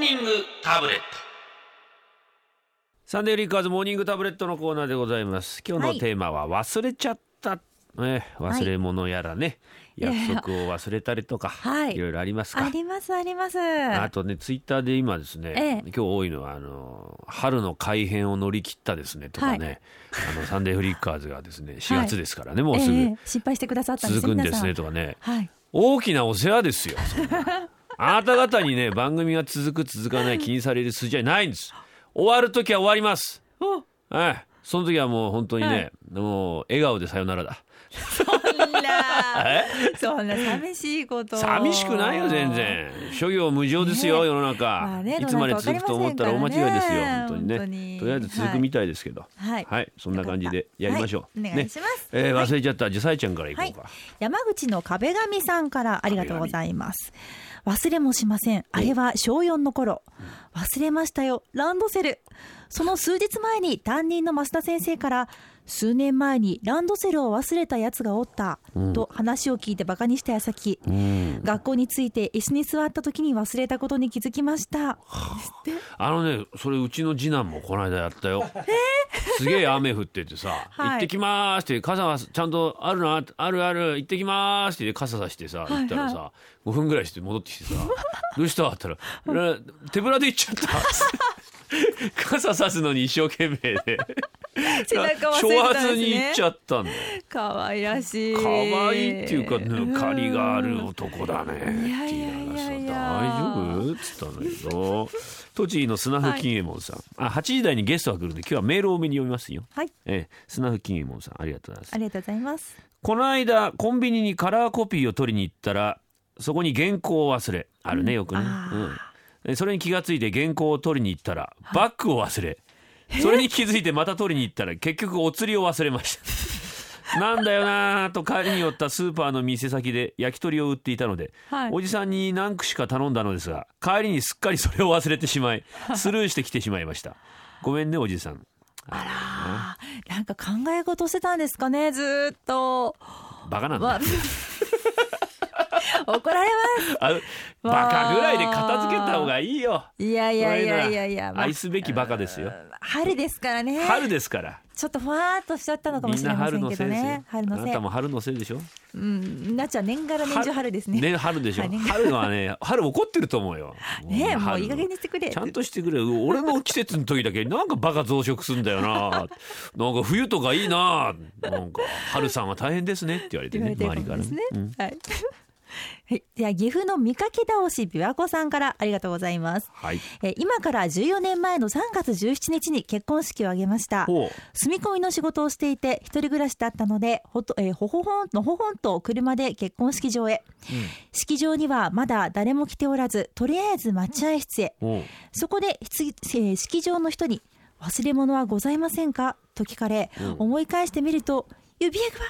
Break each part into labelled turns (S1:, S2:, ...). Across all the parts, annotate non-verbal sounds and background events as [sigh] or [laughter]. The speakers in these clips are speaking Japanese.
S1: ニングタブレット
S2: サンデーリッカーズモーニングタブレットのコーナーでございます今日
S3: は
S2: の
S3: い
S2: テーマは忘れちゃった、ね、忘れ物やらね、
S3: はい
S2: 約束を忘れたりとか、
S3: [laughs] はい
S2: い、ろいろありますか
S3: ありますあります。
S2: あとねツイッターで今ですね、
S3: え
S2: 今
S3: え
S2: 日多いのはあの春の改編を乗り切ったですねとかね、あのサンデーフリッカーズがです
S3: [laughs]
S2: ね4月ですからね、もうす
S3: え
S2: ぐ
S3: え失敗してくださったんで
S2: 続
S3: す
S2: くんですね
S3: 皆さ
S2: とかね
S3: んはい。
S2: 大きなお世話ですよそんなあなた方にね番組が続く続かない気にされる筋合いないんです終わる時は終わります
S3: お
S2: はいその時はもう本当にね、
S3: はい
S2: もう笑顔でさよならだ
S3: そんなそんな寂しいこと。
S2: 寂しくないよ全。然諸行無常ですよ、
S3: ねえ
S2: 世の中、
S3: まあね
S2: いつまで続くと思ったら大間違いですよ本
S3: ど
S2: 当
S3: う
S2: にね
S3: なるかわかりませんからね
S2: とりあえず続くみたいですけど
S3: はい
S2: そんな感じでやりましょう、
S3: はいお願いします
S2: ねえー
S3: はい
S2: 忘れちゃったじゃあさえちゃんからいこ
S3: は
S2: う
S3: い
S2: か、。
S3: 山口の壁紙さんからありがとうございます。忘れもしません。あれは小4の頃。忘れましたよ。ランドセル。その数日前に担任の増田先生から、数年前にランドセルを忘れたやつがおった、と話を聞いてバカにした矢先、学校に着いて椅子に座った時に忘れたことに気づきま
S2: [laughs]
S3: した。
S2: あのねそれうちの次男もこの間やったよ、すげえ雨降っててさ「
S3: [laughs] はい
S2: 行ってきます」って傘はちゃんとあるなあるある行ってきますって傘さしてさ
S3: いはい
S2: 行ったらさ、5分ぐらいして戻って
S3: [laughs]
S2: きてさ「どうした?」って言ったらえー「手ぶらで行っちゃった」
S3: [laughs]
S2: 傘さすのに一生懸命で
S3: 背中
S2: [laughs]
S3: 忘
S2: 昭
S3: れ
S2: 和
S3: たん
S2: に行
S3: で
S2: っ
S3: す
S2: ち
S3: ね。
S2: ゃったんだよ
S3: 可愛らしい。
S2: 可愛いっていうかぬかりがあ
S3: うん
S2: る男だねっていう話
S3: いやいやいやいや
S2: 大丈夫っつったんだけ [laughs] ど栃木のスナフ金右衛門さん、あ8時台にゲストが来るんで今日はメールを多めに読みますよ、
S3: はい。
S2: ええ、スナフ金右衛門さんありがとうございます
S3: ありがとうございます。
S2: この間コンビニにカラーコピーを取りに行ったらそこに原稿を忘れあるねよくね、
S3: あー
S2: うんえ、それに気がついて原稿を取りに行ったらバッグを忘れそれに気づいてまた取りに行ったら結局お釣りを忘れました
S3: [laughs]
S2: なんだよなぁと帰りに寄ったスーパーの店先で焼き鳥を売っていたので、
S3: はい
S2: おじさんに何串か頼んだのですが帰りにすっかりそれを忘れてし
S3: [laughs]
S2: まいスルーしてきてしまいましたごめんねおじさん
S3: あーなんか考え事してたんですかね、ずーっと。
S2: バカなんだ
S3: わ [laughs] 怒られま
S2: あのバカぐらいで片付けた方がいいよ。
S3: す。いやい
S2: い
S3: やいやいやいや、まあ
S2: 愛すべきバカですよ。
S3: 春ですからね。
S2: 春ですから。
S3: ちょっとふわーっとしちゃったのかも
S2: みん
S3: しれ
S2: な
S3: ませ
S2: 春
S3: ん
S2: の
S3: け
S2: せ
S3: ど
S2: いですよ
S3: ね。。春の
S2: あ
S3: せ
S2: ないた。も春のせいでしょ。
S3: うん、なっちゃん年がら年中春ですね。
S2: ね春でしょ
S3: は。いね
S2: 春はね春怒ってると思うよ。
S3: [laughs] ねえもう
S2: 春
S3: いい加減にしてくれ
S2: ちゃんとしてくれ。俺の季節の時だけなんかバカ増殖すんだよな。なんか冬とかいいな。なんか春さんは大変ですねって言われて
S3: 言
S2: ね
S3: われてる
S2: 周
S3: か
S2: りから
S3: もですね
S2: ね。うん。
S3: はい。 [laughs] はい、では岐阜の見かけ倒し琵琶湖さんからありがとうございます。
S2: はい。
S3: えー今から14年前の3月17日に結婚式を挙げました。
S2: ほう。
S3: 住み込みの仕事をしていて一人暮らしだったのでほと、えーほほほんのほほんと車で結婚式場へ、式場にはまだ誰も来ておらずとりあえず待合室へ
S2: ほう。
S3: そこでひつ、えー式場の人に「忘れ物はございませんか?」と聞かれ、
S2: うん
S3: 思い返してみると指輪が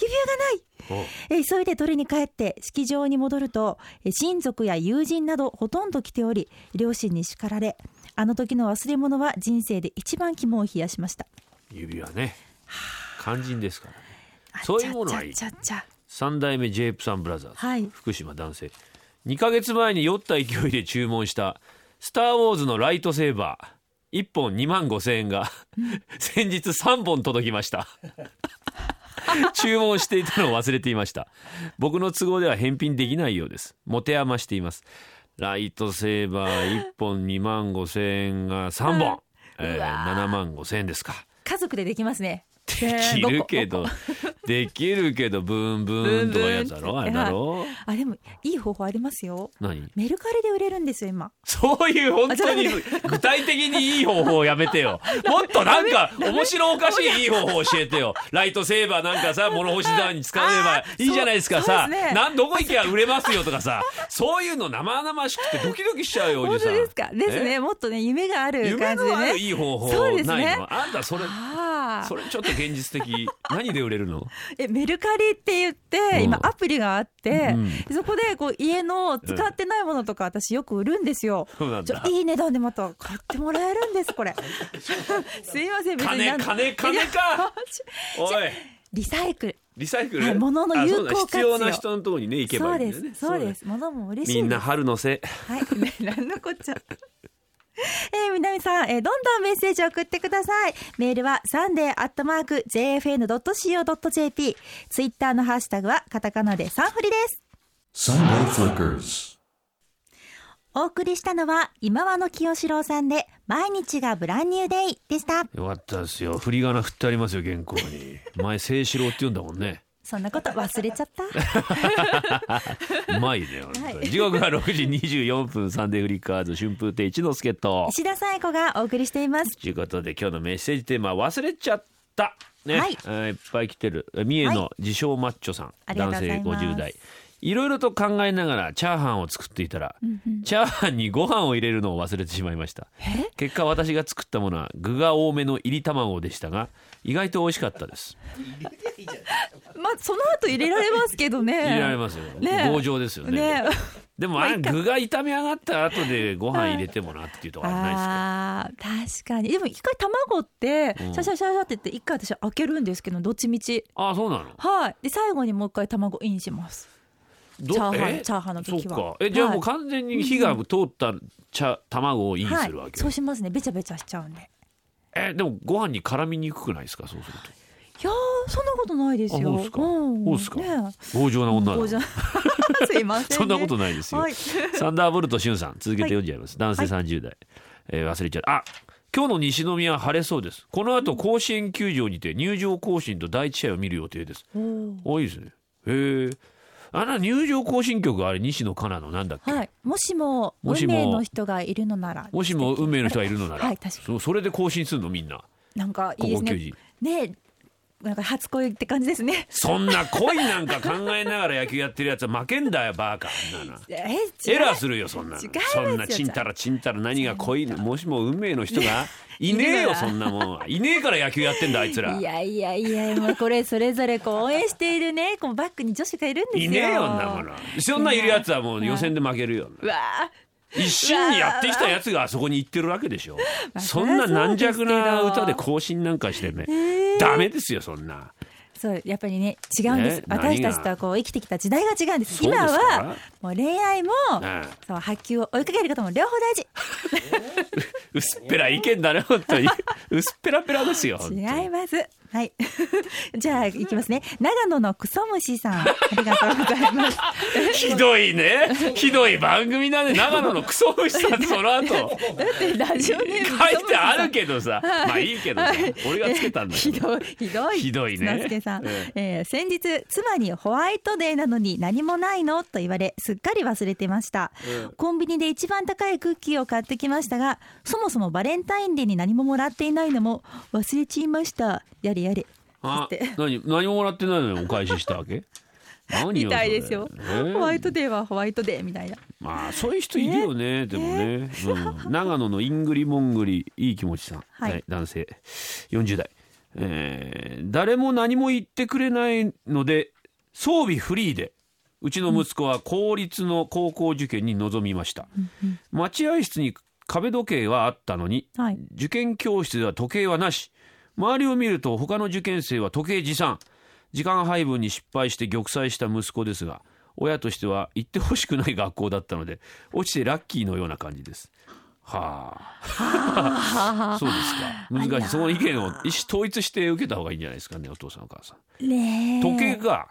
S3: 指輪がない
S2: ほう
S3: えー急いで取りに帰って式場に戻るとえー親族や友人などほとんど来ており両親に叱られあの時の忘れ物は人生で一番肝を冷やしました。
S2: 指はね肝心ですからね。そういうものはいい
S3: ちゃっちゃっちゃ
S2: 三代目 j ェイプさんブラザーズ、
S3: はい
S2: 福島男性2ヶ月前に酔った勢いで注文した「スター・ウォーズ」のライトセーバー1本2万5千円が先日3本届きました注文していたのを忘れていました僕の都合では返品できないようです持て余していますライトセーバー1本2万5千円が3本、えー、7万5千円ですか
S3: 家族でできますね。
S2: できるけど、 [laughs] できるけど、ブンブーンとかやつだろあれだろ
S3: あでもいい方法ありますよ。
S2: 何
S3: メルカリで売れるんですよ今。
S2: そういう本当に
S3: あちょ
S2: 具体的にいい方法をやめて
S3: [laughs]
S2: よ。もっとなんか面白おかしいいい方法を教えてよ。ライトセーバーなんかさ、物干し竿に使えばいいじゃないですか
S3: そう
S2: さ、
S3: そうですね
S2: なんどこ行けば売れますよとかさ、そういうの生々しくてドキドキしちゃうよ、お
S3: 本
S2: じさ
S3: 当
S2: ん。
S3: ですか。ですね。もっとね夢がある
S2: 夢
S3: 感じ
S2: の
S3: で
S2: ある
S3: ね。
S2: いい方法
S3: そうですね
S2: ないのあんたそれ、
S3: あ
S2: そ
S3: あ
S2: れちょっと現実的。何で売れる
S3: [laughs]
S2: の
S3: えメルカリって言って、
S2: うん
S3: 今アプリがあって、
S2: うん
S3: そこでこう家の使ってないものとか私よく売るんですよ。
S2: そうなん
S3: ちょ
S2: だ。
S3: いい値段でまた買ってもらえるんで
S2: [laughs]
S3: すこれ。すいません別に
S2: 金、
S3: なん
S2: 金、金かおい
S3: リサイクル。
S2: リサイクル、
S3: はい物の
S2: あ
S3: 有効
S2: そうだ
S3: 活用
S2: 必要な人のところにね行けばいう
S3: そ
S2: いん
S3: で
S2: だよ
S3: す
S2: ね。
S3: そうですす。物も嬉しい [laughs]
S2: み
S3: です。
S2: んな春のせい。
S3: はい。ねなんのこっちゃ。えー、南さん、えー、どんどんメッセージを送ってください。メールはサンデーアットマーク JFN.CO.JP。ツイッターのハッシュタグはカタカナでサンフリです。
S1: Sunday Flickers.
S3: お送りしたのは今和の清志郎さんで毎日がブランニューデイでした。
S2: よかったですよ振り仮名振ってありますよ原稿に前清志郎って言うんだもん
S3: [laughs]
S2: ね
S3: そんなこと忘れち
S2: [laughs]
S3: ゃった。
S2: うまいね本当に、
S3: はい
S2: 時刻は6時24分サンデーフリッカーズ春風亭一之輔と
S3: 石田紗友子がお送りしています。
S2: ということで今日のメッセージテーマ忘れちゃったね、
S3: はい
S2: あーいっぱい来てるえ三重の自称マッチョさん、
S3: ありがと
S2: 男
S3: うござ
S2: 性
S3: いま
S2: 50
S3: す
S2: 代いろいろと考えながらチャーハンを作っていたら、チャーハンにご飯を入れるのを忘れてしまいました結果私が作ったものは具が多めの入り卵でしたが意外と美味しかったです
S3: まあ、その後入れられますけどね。
S2: 入れられますよ、
S3: ね
S2: 強情ですよね
S3: ね
S2: でもあれ具が炒め上がった後でご飯入れてもなっていうとこあれないですか
S3: あー確かにでも一回卵ってシャシャシャシャって言って一回私開けるんですけどどっちみち
S2: ああそうなの
S3: はいで最後にもう一回卵インします
S2: ど
S3: チャーハン
S2: え
S3: チャーハンの時は
S2: そうかえじゃあもう
S3: は
S2: 完全に火が通った茶卵をインするわけ、
S3: そうしますねべちゃべちゃしちゃうんでい
S2: えでもご飯に絡みにくくないですかそうする
S3: やーそんなことないです
S2: とあ
S3: よ
S2: そうですか、
S3: ん
S2: そうですか、
S3: ね
S2: 強情な
S3: え
S2: 女
S3: こ
S2: [laughs]
S3: うじゃ
S2: だ
S3: すいません、ね、
S2: そんなこと
S3: な
S2: ないですよ、
S3: はい
S2: サンダーボルトしゅんさん続けて読んじゃいます、男性30代、えー忘れちゃうあ今日の西宮晴れそうですこの後甲子園球場にて入場行進と第一試合を見る予定です多いいですねへえあの入場行進曲あれ西野カナのなんだっけ、
S3: はいもしも
S2: もし
S3: 運
S2: も
S3: 命の人がいるのなら
S2: もしも運命の人がいるのなら、
S3: はい確か
S2: そうそれで更新するのみんな
S3: なんかいい
S2: 高
S3: で
S2: 校球
S3: すね
S2: 児
S3: ねえなんか初恋って感じですね
S2: そんな恋なんか考えながら野球やってるやつは負けんだよバカあんなの
S3: え
S2: エ
S3: 違う
S2: ラーするよそんなの
S3: 違います
S2: そ
S3: よ
S2: んなちんたらちんたら何が恋のもしも運命の人がいねえ
S3: [laughs] いるな
S2: よ
S3: ら
S2: そんなもんはいねえから野球やってんだあいつら
S3: いやいやいや、もうこれそれぞれこう応援しているね、 [laughs] こうバックに女子がいるんです
S2: い
S3: よ。
S2: ねえよんなものそんなんいるやつはもう予選で負けるよ
S3: うわあ、
S2: 一心にやってきたやつがあそこに行ってるわけでし
S3: [laughs]
S2: ょ
S3: あ
S2: そんな軟弱な
S3: そりゃそ
S2: 歌
S3: う
S2: で
S3: ですけ
S2: 更新なんかしてねダメですよそんな
S3: そうやっぱりね違うんです
S2: ね。
S3: 私たちとはこう生きてきた時代が違うんです。
S2: そうです
S3: 今
S2: か
S3: はもう恋愛も、
S2: ね
S3: そう波及を追いかけることも両方大事。
S2: 薄っぺらい意見だね本
S3: [laughs]
S2: 当に薄っぺらぺらですよ本当に
S3: 違います。はい。 [laughs] じゃあ行きますね。長野のクソ虫さん、ありがとうござい
S2: [laughs]
S3: ます。
S2: ひどいねひどい番組だね長野のクソ虫さんそ
S3: [laughs]
S2: の後
S3: だってラジオネーム
S2: 書いてある
S3: け
S2: けど
S3: [laughs]
S2: さまあいいけどさ俺がつけたんだ
S3: ひ
S2: けど
S3: どい [laughs] ひどい
S2: ひどいね
S3: 綱助さん、
S2: え
S3: えー先日妻にホワイトデーなのに何もないのと言われすっかり忘れてました、コンビニで一番高いクッキーを買ってきましたがそもそもバレンタインデーに何ももらっていないのも忘れちいましたやれやれ
S2: あ
S3: って
S2: 何何ももらってないのにお返ししたわ
S3: [laughs]
S2: け何よ
S3: みたいですよ
S2: そ、れ
S3: ホワイトデーはホワイトデーみたいな
S2: まあそういう人いるよねでもね、うん、長野のイングリモングリいい気持ちさん、
S3: はい
S2: 男性40代、えー誰も何も言ってくれないので装備フリーでうちの息子は公立の高校受験に臨みました、待合室に壁時計はあったのに、
S3: はい
S2: 受験教室では時計はなし周りを見ると他の受験生は時計持参時間配分に失敗して玉砕した息子ですが親としては行ってほしくない学校だったので落ちてラッキーのような感じですはあそうですか難しいその意見を意思統一して受けた方がいいんじゃないですかねお父さんお母さん
S3: ねえ
S2: 時計が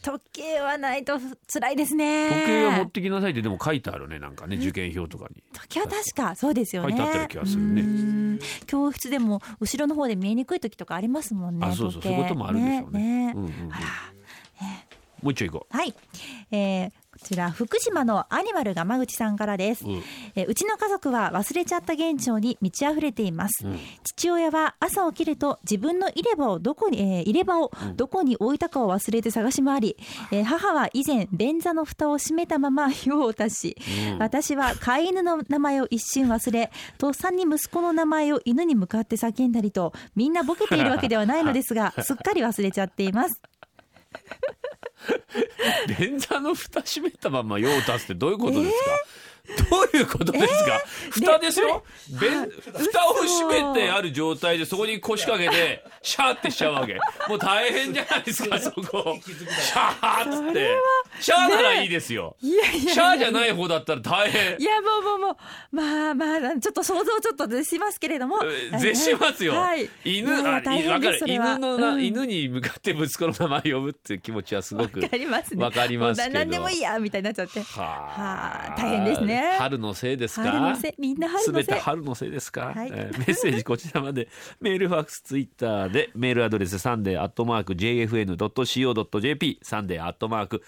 S3: 時計はないと辛いですね
S2: 時計を持ってきなさいってでも書いてあるねなんかね受験票とかに
S3: 時計は確かそうですよ
S2: 書い
S3: ね
S2: てあったような気がするね
S3: ね教室でも後ろの方で見えにくい時とかありますもんね
S2: あそうそう
S3: 時
S2: そう
S3: 計
S2: いうこともあるでしょうね
S3: ね
S2: うんうんうん
S3: あら
S2: もう一丁行こ
S3: はい、えーこちら福島のアニマルが口さんからです、
S2: うん
S3: えーうちの家族は忘れちゃった現象に満ち溢れています、
S2: うん
S3: 父親は朝起きると自分の入れ歯をどこに、えー入れ歯をどこに置いたかを忘れて探し回り、えー母は以前便座の蓋を閉めたま [laughs] ま用を足し、私は飼い犬の名前を一瞬忘れとっさに息子の名前を犬に向かって叫んだりとみんなボケているわけではないのです
S2: [laughs]
S3: がすっかり忘れちゃっています
S2: う便座の蓋閉めたまま用を足すってどういうことですか、どういうことですか、蓋ですよ、べん蓋を
S3: 嘘
S2: 閉めてある状態でそこに腰掛けてシャーってしちゃうわけもう大変じゃないですかそこシャーっつってシャーならいいですよ、
S3: いやいや
S2: シャーじゃ
S3: い
S2: ない方だったら大変
S3: いやもうもうもうまあまあちょっと想像ちょっとでしますけれども
S2: え絶しますよ、
S3: はい、
S2: 犬
S3: いや
S2: あ
S3: 大
S2: いわか
S3: 変で
S2: る
S3: すそれは
S2: 犬のな、
S3: うん
S2: 犬に向かって息子の名前呼ぶっていう気持ちはすごく
S3: わかりますね
S2: わかりますけど
S3: もう何でもいいやみたいになっちゃって
S2: は
S3: はあ大変ですね
S2: 春のせいですか
S3: 春のせいみんな春のせ
S2: 全
S3: い
S2: て春のせいですか、
S3: はい
S2: えーメッセージこちらまでメールファックスツイッターでメールアドレスサンデーアットマーク JFN.CO.JP サンデーアットマーク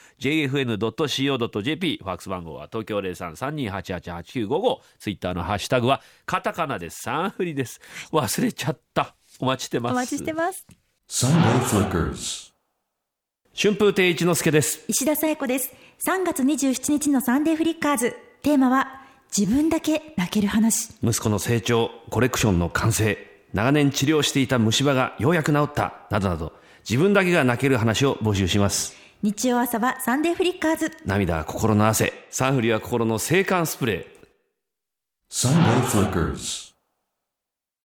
S2: JFN.CO.JP ファックス番号は東京0332888955ツイッターのハッシュタグはカタカナですサンフリです忘れちゃったお待ちしてます
S3: お待ちしてます。
S1: Sunday Flickers.
S2: 春風亭一之輔です
S3: 石田紗友子です。3月27日のサンデーフリッカーズ。テーマは、自分だけ泣ける話。
S2: 息子の成長コレクションの完成長年治療していた虫歯がようやく治ったなどなど自分だけが泣ける話を募集します
S3: 日曜朝はサンデーフリッカーズ。
S2: 涙は心の汗サンフリは心の静観スプレー
S1: Sunday Flickers.